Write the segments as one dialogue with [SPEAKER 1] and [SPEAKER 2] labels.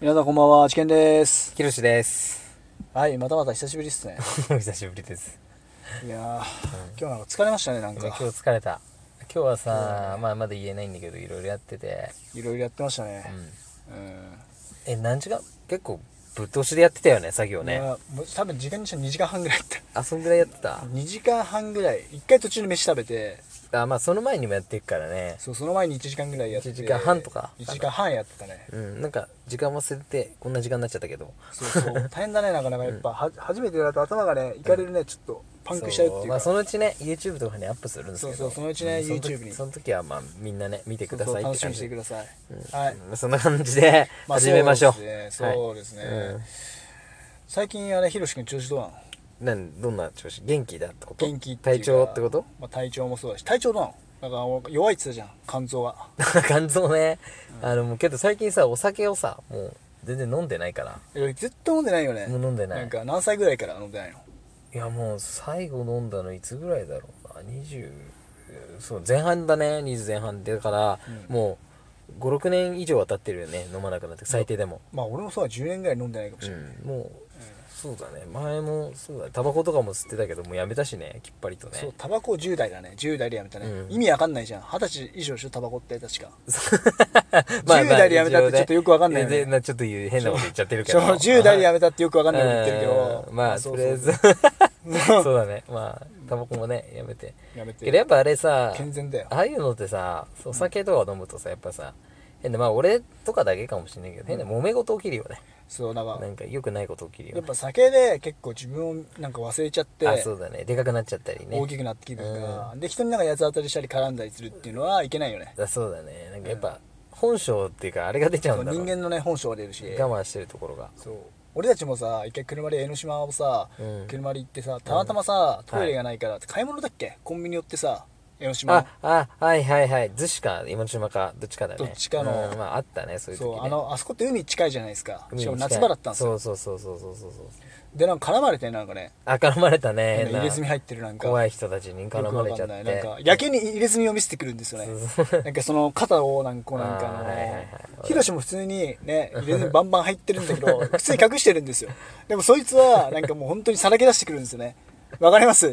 [SPEAKER 1] 皆さんこんばんは、ちけんです。
[SPEAKER 2] ひろしです。
[SPEAKER 1] はい、またまた 久しぶりですね。
[SPEAKER 2] お久しぶりです。
[SPEAKER 1] いやー、今日なんか疲れましたね、なん
[SPEAKER 2] いや今
[SPEAKER 1] か
[SPEAKER 2] 日。疲れた。今日はさ、まあまだ言えないんだけど、いろいろやってて。
[SPEAKER 1] いろいろやってました
[SPEAKER 2] う
[SPEAKER 1] ね。
[SPEAKER 2] ん。
[SPEAKER 1] うん。
[SPEAKER 2] え、何時間結構ぶっ通しでやってたよね、作業
[SPEAKER 1] い
[SPEAKER 2] ね。
[SPEAKER 1] やもう多分時間にして2時間半ぐらいやっ
[SPEAKER 2] あ、そんぐらいやってた
[SPEAKER 1] た。2時間半ぐらい。1回途中で飯食べて、
[SPEAKER 2] あ、まあその前にもやっていくからね。
[SPEAKER 1] そうその前に1時間ぐらいやって。
[SPEAKER 2] 1時間半とか
[SPEAKER 1] 1時間半やってたね。
[SPEAKER 2] うん、なんか時間忘れてこんな時間になっちゃったけど。
[SPEAKER 1] そう そう。大変だね、なかなかやっぱ。は初めてやると頭がね、いかれるね、ちょっとパンクしちゃうっていう
[SPEAKER 2] そ
[SPEAKER 1] か。
[SPEAKER 2] まあそのうちね、YouTube とかにアップするんですけど。
[SPEAKER 1] そうそうそのうちね
[SPEAKER 2] んその時
[SPEAKER 1] YouTube に
[SPEAKER 2] その時はまあみんなね、見てくだ
[SPEAKER 1] そ
[SPEAKER 2] さ
[SPEAKER 1] う
[SPEAKER 2] い
[SPEAKER 1] そう
[SPEAKER 2] っ
[SPEAKER 1] 楽
[SPEAKER 2] て
[SPEAKER 1] しみ
[SPEAKER 2] 感
[SPEAKER 1] にして
[SPEAKER 2] じ
[SPEAKER 1] く。ださい。
[SPEAKER 2] うん
[SPEAKER 1] はい。
[SPEAKER 2] そんな感じで
[SPEAKER 1] あ
[SPEAKER 2] 始めましょう。
[SPEAKER 1] そうですねそうですね
[SPEAKER 2] うん
[SPEAKER 1] 最近あれ、ひろし君調子どうなの
[SPEAKER 2] なんどんな調子元気だってこと
[SPEAKER 1] 元気っていうか
[SPEAKER 2] 体調ってこと
[SPEAKER 1] まあ、体調もそうだし体調どうなのなんか弱いって言ってたじゃん肝臓が
[SPEAKER 2] 肝臓ね、あのもうけど最近さお酒をさもう全然飲んでないか
[SPEAKER 1] えずっと飲んでないよね
[SPEAKER 2] らもう飲んでない
[SPEAKER 1] なんか何歳ぐらいから飲んでないの
[SPEAKER 2] いやもう最後飲んだのいつぐらいだろうな20そう前半だね20前半だから、
[SPEAKER 1] うん
[SPEAKER 2] もう56年以上は経ってるよね飲まなくなって最低でも、
[SPEAKER 1] まあ俺もそうだ10年ぐらい飲んでないかもし
[SPEAKER 2] う
[SPEAKER 1] れない、
[SPEAKER 2] ん、もう、そうだね前もそうだタバコとかも吸ってたけどもうやめたしねきっぱりとね
[SPEAKER 1] そうタバコ10代だね10代でやめたね、
[SPEAKER 2] うん
[SPEAKER 1] 意味わかんないじゃん20歳以上でしょタバコって確か
[SPEAKER 2] 10
[SPEAKER 1] 10代でやめたってちょっとよくわかんないよね
[SPEAKER 2] ちょっと言う変なこと言っちゃってるけ
[SPEAKER 1] そう
[SPEAKER 2] ど
[SPEAKER 1] 10代でやめたってよくわかんないこと言ってるけど
[SPEAKER 2] うんまあ
[SPEAKER 1] そ
[SPEAKER 2] と
[SPEAKER 1] う
[SPEAKER 2] りあえず そうだねまあタバコもねやめて
[SPEAKER 1] やめ
[SPEAKER 2] けどや
[SPEAKER 1] て
[SPEAKER 2] っぱあれさ
[SPEAKER 1] 健全だよ
[SPEAKER 2] ああいうのってさそうお酒とか飲むとさやっぱさ変なまあ俺とかだけかもしれないけど変な揉め事起きるよね
[SPEAKER 1] そうなんか
[SPEAKER 2] なんか良くないこと起きるよ
[SPEAKER 1] やっ
[SPEAKER 2] ね
[SPEAKER 1] ぱ酒で結構自分をなんか忘れちゃって
[SPEAKER 2] あそうだねでかくなっちゃったりね
[SPEAKER 1] 大きくなってきてるから、で人になんか八つ当たりしたり絡んだりするっていうのはいけないよね
[SPEAKER 2] あそうだねなんかやっぱ本性っていうかあれが出ちゃ
[SPEAKER 1] そううん
[SPEAKER 2] だろ
[SPEAKER 1] 人
[SPEAKER 2] う
[SPEAKER 1] 間のね本性が出るし
[SPEAKER 2] 我慢してるところが
[SPEAKER 1] そう俺たちもさ一回車で江ノ島をさ、
[SPEAKER 2] うん
[SPEAKER 1] 車で行ってさたまたまさ、トイレがないから、買い物だっけコンビニ寄ってさ江ノ島
[SPEAKER 2] ああはいはいはい逗子か今の島かどっちかだね
[SPEAKER 1] どっちかの
[SPEAKER 2] うんまああったねそういう時ね
[SPEAKER 1] そうあのあそこって海近いじゃないですか
[SPEAKER 2] 海に
[SPEAKER 1] しかも
[SPEAKER 2] 近い
[SPEAKER 1] 夏場だったんですよ
[SPEAKER 2] そうそうそうそうそうそうそう
[SPEAKER 1] でなんか絡まれてなんかね
[SPEAKER 2] あ絡まれ
[SPEAKER 1] な
[SPEAKER 2] た
[SPEAKER 1] ん
[SPEAKER 2] ね
[SPEAKER 1] か入れ墨入ってるなんか
[SPEAKER 2] 怖い人たちに絡まれちゃっ
[SPEAKER 1] よくわかん
[SPEAKER 2] て
[SPEAKER 1] ないなんかやけに入れ墨を見せてくるんですよね なんかその肩をなんかこうなんかあ
[SPEAKER 2] あーはいはいはい
[SPEAKER 1] のヒロシも普通に ね入れ墨バンバン入ってるんだけど普通に隠してるんですよでもそいつはなんかもう本当にさらけ出してくるんですよねわかります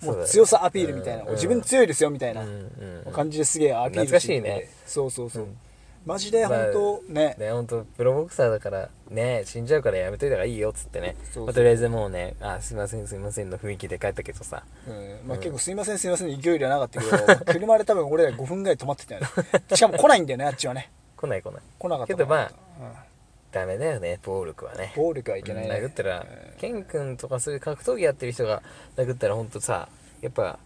[SPEAKER 1] も
[SPEAKER 2] そうだ
[SPEAKER 1] う
[SPEAKER 2] ね
[SPEAKER 1] 強さアピールみたいな、
[SPEAKER 2] うん
[SPEAKER 1] 自分強いですよみたいな
[SPEAKER 2] うんうんうん
[SPEAKER 1] 感じですげえアピール
[SPEAKER 2] 懐かしいね
[SPEAKER 1] そうそうそう、
[SPEAKER 2] うん
[SPEAKER 1] マジで本当ね,、
[SPEAKER 2] ね本当プロボクサーだからね死んじゃうからやめといた方がいいよっつってね
[SPEAKER 1] そうそう
[SPEAKER 2] まあとりあえずもうねあすいませんすいませんの雰囲気で帰ったけどさ
[SPEAKER 1] うんまあ、結構すいませんすいませんの勢いではなかったけど、まあ車で多分俺ら5分ぐらい止まってたよねしかも来ないんだよねあっちはね
[SPEAKER 2] 来ない来ない
[SPEAKER 1] 来なかった
[SPEAKER 2] けどまあ
[SPEAKER 1] うん
[SPEAKER 2] ダメだよね暴力はね
[SPEAKER 1] 暴力はいけないね
[SPEAKER 2] うん殴ったら、ケン君とかそういう格闘技やってる人が殴ったら本当さやっぱ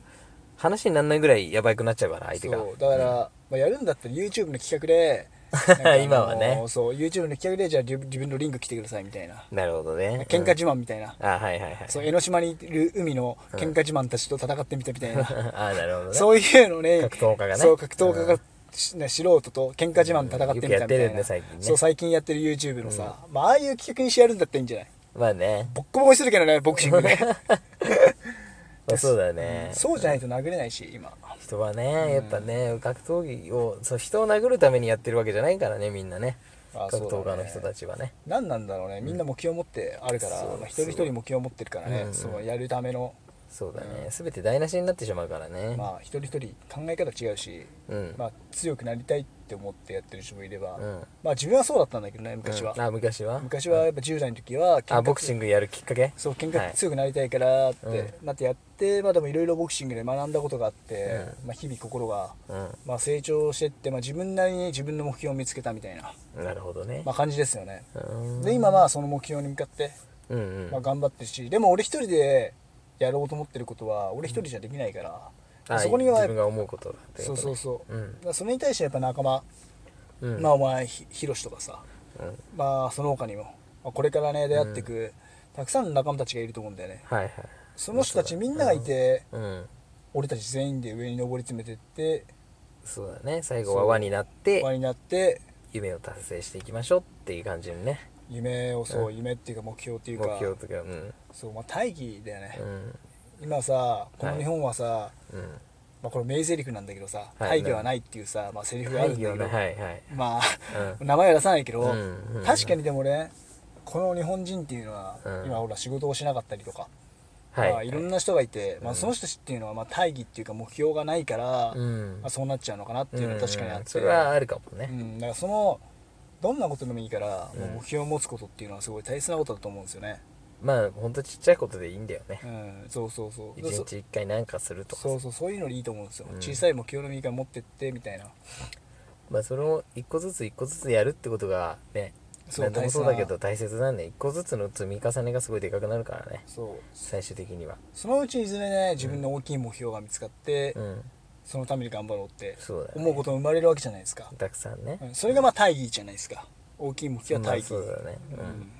[SPEAKER 2] 話にならないぐらいやばくなっちゃうから相手が
[SPEAKER 1] そうだから、まあ、やるんだったら YouTube の企画でなんかあのー
[SPEAKER 2] 今はね
[SPEAKER 1] そう YouTube の企画でじゃあ自自分のリング来てくださいみたいな
[SPEAKER 2] なるほどね
[SPEAKER 1] 喧嘩自慢みたいな、
[SPEAKER 2] うんあはいはいはい
[SPEAKER 1] そう江ノ島にいる海の喧嘩自慢たちと戦ってみたみたい な、
[SPEAKER 2] あなるほどね
[SPEAKER 1] そういうのね
[SPEAKER 2] 格闘家がね
[SPEAKER 1] そう格闘家が、しね、素人と喧嘩自慢戦ってみたみたいな、
[SPEAKER 2] うんよくやってるよね最近ね
[SPEAKER 1] そう最近やってる YouTube のさ、まあああいう企画にしてやるんだったらいいんじゃない
[SPEAKER 2] まあね、
[SPEAKER 1] ボッコボコにするけどねボクシング で
[SPEAKER 2] まあ、そうだよね、
[SPEAKER 1] そうじゃないと殴れないし今
[SPEAKER 2] 人はねやっぱね格闘技をそう人を殴るためにやってるわけじゃないからねみんなね
[SPEAKER 1] あ
[SPEAKER 2] 格
[SPEAKER 1] そう
[SPEAKER 2] 闘
[SPEAKER 1] だ
[SPEAKER 2] 家
[SPEAKER 1] ね
[SPEAKER 2] の人たちはね
[SPEAKER 1] 何なんだろうねみんな目標を持ってあるから、
[SPEAKER 2] そう
[SPEAKER 1] まあ一人一人目標を持ってるからね、
[SPEAKER 2] うんうん
[SPEAKER 1] そうやるための、
[SPEAKER 2] そうだね、全て台無しになってしまうからね、
[SPEAKER 1] まあ、一人一人考え方違うし、
[SPEAKER 2] うん、
[SPEAKER 1] まあ、強くなりたいって思ってやってる人もいれば、
[SPEAKER 2] うん
[SPEAKER 1] まあ、自分はそうだったんだけどね昔は、
[SPEAKER 2] うんあ昔は
[SPEAKER 1] 昔はやっぱ10代の時は
[SPEAKER 2] あボクシングやるきっかけ
[SPEAKER 1] そう喧
[SPEAKER 2] は
[SPEAKER 1] 嘩
[SPEAKER 2] い
[SPEAKER 1] 強くなりたいからって、
[SPEAKER 2] う
[SPEAKER 1] なってやって、まあ、でもいろいろボクシングで学んだことがあって、まあ、日々心が、
[SPEAKER 2] う
[SPEAKER 1] まあ、成長してって、まあ、自分なりに自分の目標を見つけたみたいな、
[SPEAKER 2] んなるほどね、
[SPEAKER 1] まあ、感じですよね、
[SPEAKER 2] うん
[SPEAKER 1] で今はその目標に向かって
[SPEAKER 2] うんうん
[SPEAKER 1] まあ、頑張ってるしでも俺一人でやろうと思ってることは俺一人じゃできないから、
[SPEAKER 2] あ
[SPEAKER 1] そこには
[SPEAKER 2] 自分が思うことだって
[SPEAKER 1] そうそうそう、
[SPEAKER 2] うん
[SPEAKER 1] だからそれに対してやっぱ仲間、
[SPEAKER 2] う、うん、
[SPEAKER 1] まあお前ひひろしとかさ、
[SPEAKER 2] うん
[SPEAKER 1] まあその他にも、まあこれからね出会っていく、たくさんの仲間たちがいると思うんだよね
[SPEAKER 2] はいはい
[SPEAKER 1] その人たちみんながいて、
[SPEAKER 2] うん
[SPEAKER 1] 俺たち全員で上に上り詰めてって
[SPEAKER 2] そうだね最後は輪になって
[SPEAKER 1] 輪になって
[SPEAKER 2] 夢を達成していきましょうっていう感じにね
[SPEAKER 1] 夢をそう、夢っていうか目標っていう
[SPEAKER 2] 目
[SPEAKER 1] か
[SPEAKER 2] 標とかうん
[SPEAKER 1] そうまあ大義だよね
[SPEAKER 2] う、ん
[SPEAKER 1] 今さこの日本はさ、
[SPEAKER 2] うん
[SPEAKER 1] まあ、これ名台詞なんだけどさ「
[SPEAKER 2] はい
[SPEAKER 1] 大義はない」っていうさ、まあ、セリフがあるんだけど、
[SPEAKER 2] ねはいはい
[SPEAKER 1] まあ、
[SPEAKER 2] う
[SPEAKER 1] 名前は出さないけど、
[SPEAKER 2] うんうん
[SPEAKER 1] 確かにでもねこの日本人っていうのは、
[SPEAKER 2] うん
[SPEAKER 1] 今ほら仕事をしなかったりとか、
[SPEAKER 2] はい
[SPEAKER 1] まあ、いろんな人がいて、まあ、その人たちっていうのはまあ大義っていうか目標がないから、
[SPEAKER 2] うん
[SPEAKER 1] まあ、そうなっちゃうのかなっていうのは確かにあって、
[SPEAKER 2] それはあるかもね、
[SPEAKER 1] うん、だからそのどんなことでもいいから、
[SPEAKER 2] うん
[SPEAKER 1] もう目標を持つことっていうのはすごい大切なことだと思うんですよね、
[SPEAKER 2] まあほんとちっちゃいことでいいんだよね
[SPEAKER 1] うん、そうそうそう
[SPEAKER 2] 一日一回なんかするとかさ
[SPEAKER 1] そうそうそういうのでいいと思うんですよ、
[SPEAKER 2] うん
[SPEAKER 1] 小さい目標の右から持ってってみたいな
[SPEAKER 2] まあそれを一個ずつ一個ずつやるってことがね
[SPEAKER 1] そう
[SPEAKER 2] 何でもそうだけど大切なんで一個ずつの積み重ねがすごいでかくなるからね
[SPEAKER 1] そう
[SPEAKER 2] 最終的には
[SPEAKER 1] そのうちいずれね自分の大きい目標が見つかって、
[SPEAKER 2] うん
[SPEAKER 1] そのために頑張ろうって
[SPEAKER 2] そうだね
[SPEAKER 1] 思うことも生まれるわけじゃないですか、
[SPEAKER 2] たくさんね
[SPEAKER 1] うんそれがまあ大義じゃないですか大きい目標は
[SPEAKER 2] まあ
[SPEAKER 1] 大義、
[SPEAKER 2] そうだね
[SPEAKER 1] うん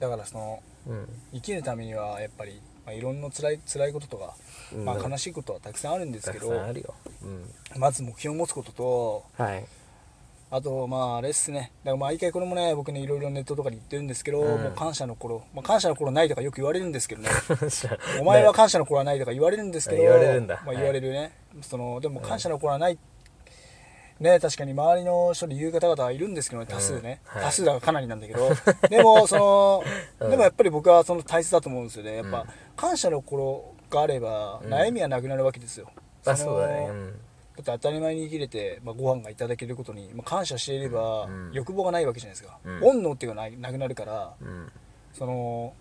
[SPEAKER 1] だからその
[SPEAKER 2] うん
[SPEAKER 1] 生きるためにはやっぱり、まあ、いろんな辛い辛いこととか、
[SPEAKER 2] うん
[SPEAKER 1] まあ、悲しいことはたくさんあるんです
[SPEAKER 2] た
[SPEAKER 1] け
[SPEAKER 2] く
[SPEAKER 1] ど、
[SPEAKER 2] さんあるようん
[SPEAKER 1] まず目標を持つことと
[SPEAKER 2] はい
[SPEAKER 1] あとまああれっすねだから毎回これもね僕ねいろいろネットとかに言ってるんですけど、
[SPEAKER 2] うん
[SPEAKER 1] もう感謝の頃、まあ、感謝の頃ないとかよく言われるんですけどね
[SPEAKER 2] お
[SPEAKER 1] お前は感謝の頃はないとか言われるんですけど
[SPEAKER 2] 言われるんだ
[SPEAKER 1] まあ、
[SPEAKER 2] はい
[SPEAKER 1] 言われるね、そのでも感謝の頃はない、ね確かに周りの人に言う方々はいるんですけどね多数ね、
[SPEAKER 2] うんはい
[SPEAKER 1] 多数だからかなりなんだけ どでもその、
[SPEAKER 2] うん
[SPEAKER 1] でもやっぱり僕はその大切だと思うんですよねやっ
[SPEAKER 2] う
[SPEAKER 1] ぱ
[SPEAKER 2] ん
[SPEAKER 1] 感謝の頃があれば
[SPEAKER 2] うん
[SPEAKER 1] 悩みはなくなるわけですよ、
[SPEAKER 2] まあ
[SPEAKER 1] その
[SPEAKER 2] そうだねうん
[SPEAKER 1] だって当たり前に生きれて、まあ、ご飯がいただけることに、まあ、感謝していれば、
[SPEAKER 2] うん
[SPEAKER 1] 欲望がないわけじゃないですか、
[SPEAKER 2] うん
[SPEAKER 1] 煩悩っていうのはななくなるから
[SPEAKER 2] うん
[SPEAKER 1] その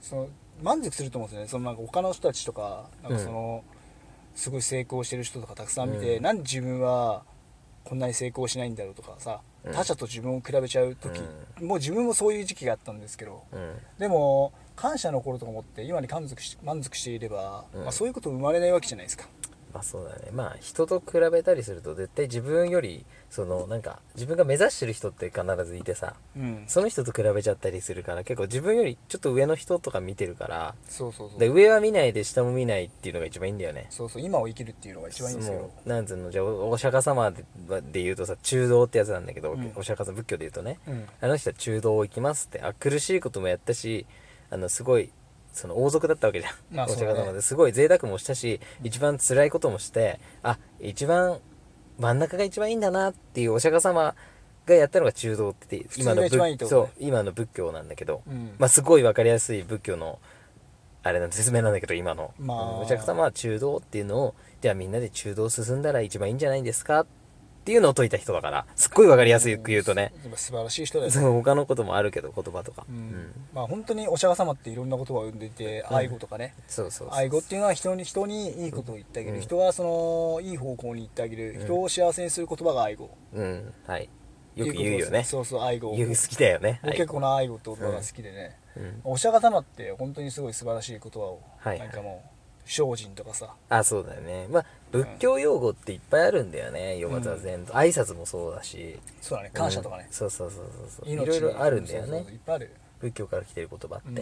[SPEAKER 1] その満足すると思うんですよねそのなんか他の人たちとかなんかその、すごい成功してる人とかたくさん見て、
[SPEAKER 2] うん
[SPEAKER 1] なんで自分はこんなに成功しないんだろうとかさ
[SPEAKER 2] うん
[SPEAKER 1] 他者と自分を比べちゃう時、もう自分もそういう時期があったんですけど
[SPEAKER 2] うん
[SPEAKER 1] でも感謝の頃とか思って今に満足し満足していれば、
[SPEAKER 2] うん
[SPEAKER 1] まあ、そういうこと生まれないわけじゃないですか。
[SPEAKER 2] まあそうだねまあ人と比べたりすると絶対自分よりそのなんか自分が目指してる人って必ずいてさ
[SPEAKER 1] うん、
[SPEAKER 2] その人と比べちゃったりするから結構自分よりちょっと上の人とか見てるから
[SPEAKER 1] そうそうそう
[SPEAKER 2] で上は見ないで下も見ないっていうのが一番いいんだよね
[SPEAKER 1] そうそう今を生きるっていうのが一番いいんですけど
[SPEAKER 2] もうなんつうのじゃあおお釈迦様でで言うとさ中道ってやつなんだけど、
[SPEAKER 1] うん
[SPEAKER 2] お釈迦様仏教で言うとね
[SPEAKER 1] うん
[SPEAKER 2] あの人は中道を行きますってあ苦しいこともやったしあのすごいその王族だったわけじゃん、
[SPEAKER 1] まあ
[SPEAKER 2] お釈迦
[SPEAKER 1] そう
[SPEAKER 2] 様
[SPEAKER 1] だ
[SPEAKER 2] で
[SPEAKER 1] ね
[SPEAKER 2] すごい贅沢もしたし一番辛いこともしてあ一番真ん中が一番いいんだなっていうお釈迦様がやったのが中道って今の
[SPEAKER 1] 普通が一番いいって
[SPEAKER 2] 仏
[SPEAKER 1] こと
[SPEAKER 2] そう
[SPEAKER 1] ね
[SPEAKER 2] 今の仏教なんだけど、
[SPEAKER 1] うん
[SPEAKER 2] まあすごい分かりやすい仏教のあれなん説明なんだけど今の、
[SPEAKER 1] まあ
[SPEAKER 2] のお釈迦様は中道っていうのをじゃあみんなで中道進んだら一番いいんじゃないですかっていうのを説いた人だからすっごい分かりやすく言うとね、
[SPEAKER 1] うん素晴らしい人だよ
[SPEAKER 2] そ
[SPEAKER 1] ね、
[SPEAKER 2] の他のこともあるけど言葉とか、
[SPEAKER 1] う
[SPEAKER 2] うん
[SPEAKER 1] んまあ本当にお釈迦様っていろんな言葉を生んでいて
[SPEAKER 2] うん
[SPEAKER 1] 愛語とかね
[SPEAKER 2] そうそうそう
[SPEAKER 1] 愛語っていうのは人に人にいいことを言ってあげる、
[SPEAKER 2] うん
[SPEAKER 1] 人はそのいい方向に行ってあげる、人を幸せにする言葉が愛語
[SPEAKER 2] うんはいよく言うよね
[SPEAKER 1] そうそう愛語
[SPEAKER 2] 言う好きだよね
[SPEAKER 1] 僕結構こ
[SPEAKER 2] な、
[SPEAKER 1] の愛語って言葉が好きでね、
[SPEAKER 2] うん、
[SPEAKER 1] お釈迦様って本当にすごい素晴らしい言葉を、
[SPEAKER 2] はい
[SPEAKER 1] なんかもう精進とかさ
[SPEAKER 2] あそうだよねまあ仏教用語っていっぱいあるんだよね読まずは全部挨拶もそうだし
[SPEAKER 1] そうだね感謝とか
[SPEAKER 2] う
[SPEAKER 1] ね
[SPEAKER 2] ん、そうそうそうそうそう
[SPEAKER 1] 命
[SPEAKER 2] いろいろあるんだよ
[SPEAKER 1] そう
[SPEAKER 2] ね
[SPEAKER 1] そうそういっぱいある、
[SPEAKER 2] 仏教から来てる言葉って、
[SPEAKER 1] うん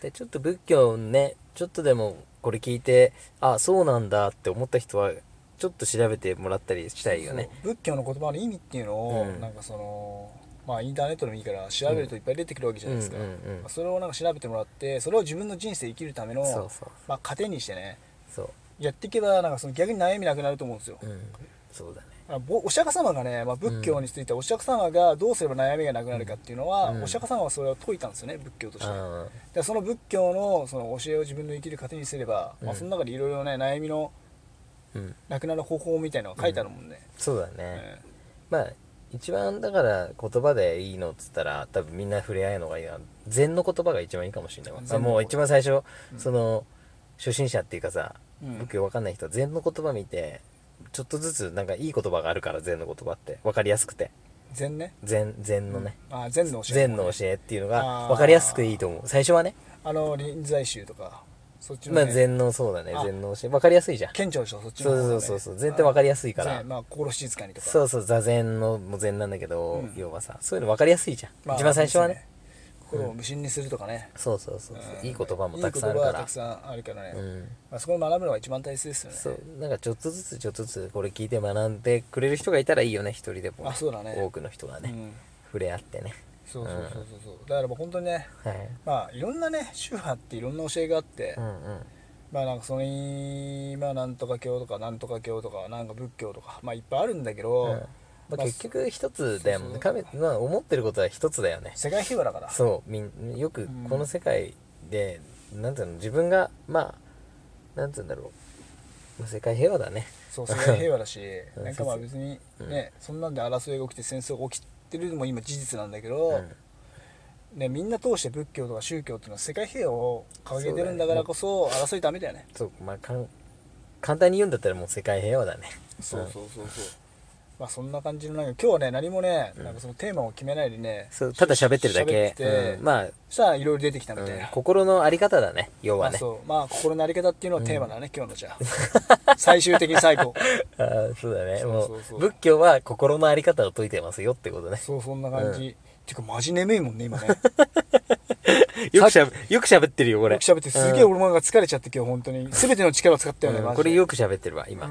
[SPEAKER 2] でちょっと仏教ねちょっとでもこれ聞いてあそうなんだって思った人はちょっと調べてもらったりしたいよね
[SPEAKER 1] そう仏教の言葉の意味っていうのを、
[SPEAKER 2] うん
[SPEAKER 1] なんかそのまあインターネットでもいいから調べるといっぱい出てくるわけじゃないですか、
[SPEAKER 2] うんうんうんうん
[SPEAKER 1] それをなんか調べてもらってそれを自分の人生生きるための
[SPEAKER 2] そうそう
[SPEAKER 1] まあ、糧にしてね
[SPEAKER 2] そう
[SPEAKER 1] やっていけばなんかその逆に悩みなくなると思うんですよ、
[SPEAKER 2] うんそうだね
[SPEAKER 1] あぼお釈迦様がね、まあ、仏教についてお釈迦様がどうすれば悩みがなくなるかっていうのは、
[SPEAKER 2] うん
[SPEAKER 1] お釈迦様はそれを説いたんですよね仏教として、
[SPEAKER 2] ああ
[SPEAKER 1] でその仏教のその教えを自分の生きる糧にすれば、ま
[SPEAKER 2] う
[SPEAKER 1] あ、
[SPEAKER 2] ん
[SPEAKER 1] その中でいろいろね悩みの
[SPEAKER 2] うん
[SPEAKER 1] なくなる方法みたいなのが書いてあるもんね、
[SPEAKER 2] そうだね、
[SPEAKER 1] え
[SPEAKER 2] まあ一番だから言葉でいいのっつったら多分みんな触れ合うのがいいな禅の言葉が一番いいかもしれないわ、まあ、
[SPEAKER 1] 禅の言葉
[SPEAKER 2] もう一番最初、
[SPEAKER 1] うん
[SPEAKER 2] その初心者っていうかさ、
[SPEAKER 1] うん
[SPEAKER 2] 僕よわかんない人は禅の言葉見てちょっとずつなんかいい言葉があるから禅の言葉って分かりやすくて
[SPEAKER 1] え禅ね
[SPEAKER 2] 禅禅のね、
[SPEAKER 1] あ禅の教え
[SPEAKER 2] 禅の教えっていうのが
[SPEAKER 1] あー
[SPEAKER 2] 分かりやすくいいと思う最初はね
[SPEAKER 1] あの臨済宗とかそっちの、
[SPEAKER 2] ま
[SPEAKER 1] ね
[SPEAKER 2] あ禅のそうだね
[SPEAKER 1] あ
[SPEAKER 2] 禅の教え分かりやすいじゃん
[SPEAKER 1] 顕著でしょそっちの
[SPEAKER 2] そ
[SPEAKER 1] 方
[SPEAKER 2] う
[SPEAKER 1] がね、
[SPEAKER 2] そうそうそう禅って分かりやすいから
[SPEAKER 1] 禅まあ心静かにとか
[SPEAKER 2] そうそう座禅のもう禅なんだけど、
[SPEAKER 1] うん
[SPEAKER 2] 要はさそういうの分かりやすいじゃん、
[SPEAKER 1] まあ
[SPEAKER 2] 一番最初はね
[SPEAKER 1] です心を無心にするとかね、
[SPEAKER 2] そうそうそうそう、
[SPEAKER 1] うん
[SPEAKER 2] いい言葉もたくさんある
[SPEAKER 1] いい言葉は
[SPEAKER 2] から
[SPEAKER 1] たくさんあるからね、
[SPEAKER 2] うん
[SPEAKER 1] まあ、そこを学ぶのが一番大切ですよね
[SPEAKER 2] そうなんかちょっとずつちょっとずつこれ聞いて学んでくれる人がいたらいいよね一人でも
[SPEAKER 1] あそうだね
[SPEAKER 2] 多くの人がね、
[SPEAKER 1] うん
[SPEAKER 2] 触れ合ってね
[SPEAKER 1] そうそうそうそうそうだからもう本当にね
[SPEAKER 2] はい
[SPEAKER 1] まあいろんなね宗派っていろんな教えがあって、
[SPEAKER 2] うんうん
[SPEAKER 1] まあなんかそれまあなんとか教とかなんとか教とかなんか仏教とかまあいっぱいあるんだけど、
[SPEAKER 2] うんまあ、
[SPEAKER 1] まあ
[SPEAKER 2] 結局一つだよ
[SPEAKER 1] そう
[SPEAKER 2] ね
[SPEAKER 1] そう
[SPEAKER 2] 神まあ、思ってることは一つだよね
[SPEAKER 1] 世界平和だから
[SPEAKER 2] そうみんよく
[SPEAKER 1] うん
[SPEAKER 2] この世界で、なんていうの自分がまあなんていうんだろう、まあ、世界平和だね
[SPEAKER 1] そう世界平和だし
[SPEAKER 2] うん
[SPEAKER 1] なんかまあ別にね、そんなんで争いが起きて戦争が起きてるのも今事実なんだけど、
[SPEAKER 2] うん
[SPEAKER 1] ね、みんな通して仏教とか宗教っていうのは世界平和を掲げてるんだからこそ争いダメだよね
[SPEAKER 2] そうまあかん簡単に言うんだったらもう世界平和 だね
[SPEAKER 1] そうそうそうそうまあそんな感じのなんか今日はね何もね、なんかそのテーマを決めないでね
[SPEAKER 2] そうただ喋ってるだ
[SPEAKER 1] 喋っ
[SPEAKER 2] け
[SPEAKER 1] て、て
[SPEAKER 2] うんまあ、
[SPEAKER 1] そしたらいろいろ出てきた
[SPEAKER 2] う
[SPEAKER 1] み
[SPEAKER 2] ん
[SPEAKER 1] たいな、
[SPEAKER 2] 心のあり方だね要
[SPEAKER 1] ま
[SPEAKER 2] は
[SPEAKER 1] あ
[SPEAKER 2] ね
[SPEAKER 1] そうまあ心のあり方っていうのがテーマだね、今日のじゃあ最終的に最後
[SPEAKER 2] あーそうだね
[SPEAKER 1] そうそうそう
[SPEAKER 2] もう仏教は心のあり方を説いてますよって ことね
[SPEAKER 1] そうそんな感じ、てかマジ眠いもんね今ね
[SPEAKER 2] よくしゃべよく喋ってるよこれ
[SPEAKER 1] よく喋ってすげえ俺もなんか疲れちゃって今日本当に全ての力を使ったよね、
[SPEAKER 2] うん
[SPEAKER 1] マジ
[SPEAKER 2] これ
[SPEAKER 1] で
[SPEAKER 2] よく喋ってるわ今、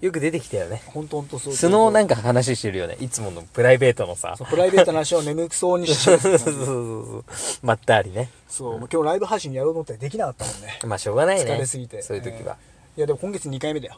[SPEAKER 2] よく出てきたよね
[SPEAKER 1] 本当本当そう
[SPEAKER 2] 素のなん
[SPEAKER 1] か
[SPEAKER 2] か話してるよねいつものプライベートのさ
[SPEAKER 1] プライベートな話を眠くそうにしちゃう
[SPEAKER 2] そうそうそうそうまったりね
[SPEAKER 1] そう、もう今日ライブ配信やろうと思ったらできなかったもんね。
[SPEAKER 2] まあしょうがないね
[SPEAKER 1] 疲れすぎて。
[SPEAKER 2] そういう時は、
[SPEAKER 1] えーいや、でも今月2回目 だよ。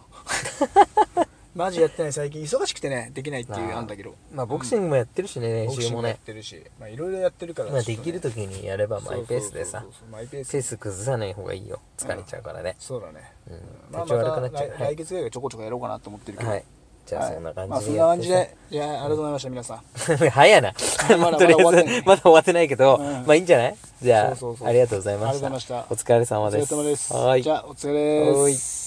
[SPEAKER 1] マジやってない、最近忙しくてね、できないっていう
[SPEAKER 2] まあ
[SPEAKER 1] あんだけど。
[SPEAKER 2] まあボクシングもやってるしね、
[SPEAKER 1] ボ
[SPEAKER 2] 練
[SPEAKER 1] ク
[SPEAKER 2] 習
[SPEAKER 1] シング
[SPEAKER 2] も
[SPEAKER 1] もやっ
[SPEAKER 2] ね
[SPEAKER 1] てるし、まあいろいろやってるから。
[SPEAKER 2] まあ
[SPEAKER 1] ちょっ
[SPEAKER 2] で
[SPEAKER 1] と
[SPEAKER 2] き
[SPEAKER 1] ね
[SPEAKER 2] る時にやればマイペースでさ
[SPEAKER 1] そうそうそうそうマイペース
[SPEAKER 2] ペース崩さない方がいいよ疲れちゃうからね、
[SPEAKER 1] そうだね。
[SPEAKER 2] うん
[SPEAKER 1] まあ
[SPEAKER 2] 体調悪くな
[SPEAKER 1] ま
[SPEAKER 2] っちゃ
[SPEAKER 1] た来
[SPEAKER 2] うはい
[SPEAKER 1] 来月ぐらいはちょこちょこやろうかなと思ってるけど。
[SPEAKER 2] はいじゃあ
[SPEAKER 1] はい
[SPEAKER 2] そんな
[SPEAKER 1] まあ
[SPEAKER 2] 感
[SPEAKER 1] そ
[SPEAKER 2] じ
[SPEAKER 1] ん
[SPEAKER 2] で
[SPEAKER 1] な
[SPEAKER 2] やっ
[SPEAKER 1] 感
[SPEAKER 2] て
[SPEAKER 1] じ
[SPEAKER 2] さ、
[SPEAKER 1] で、いや、ありがとうございました、皆さん。
[SPEAKER 2] 早いな
[SPEAKER 1] まだ
[SPEAKER 2] とりあ
[SPEAKER 1] まだ終わってな
[SPEAKER 2] えず
[SPEAKER 1] い
[SPEAKER 2] まだ終わってないけど、
[SPEAKER 1] うん
[SPEAKER 2] まあいいんじゃないじゃあ
[SPEAKER 1] そうそうそう
[SPEAKER 2] ありがとうございま
[SPEAKER 1] あり
[SPEAKER 2] し
[SPEAKER 1] がとうご
[SPEAKER 2] た
[SPEAKER 1] ざいました
[SPEAKER 2] お疲れ様
[SPEAKER 1] お疲
[SPEAKER 2] で
[SPEAKER 1] れ
[SPEAKER 2] す
[SPEAKER 1] 様です。
[SPEAKER 2] はーい
[SPEAKER 1] じゃあ、お疲れ
[SPEAKER 2] は
[SPEAKER 1] 様
[SPEAKER 2] ー
[SPEAKER 1] で
[SPEAKER 2] い
[SPEAKER 1] す。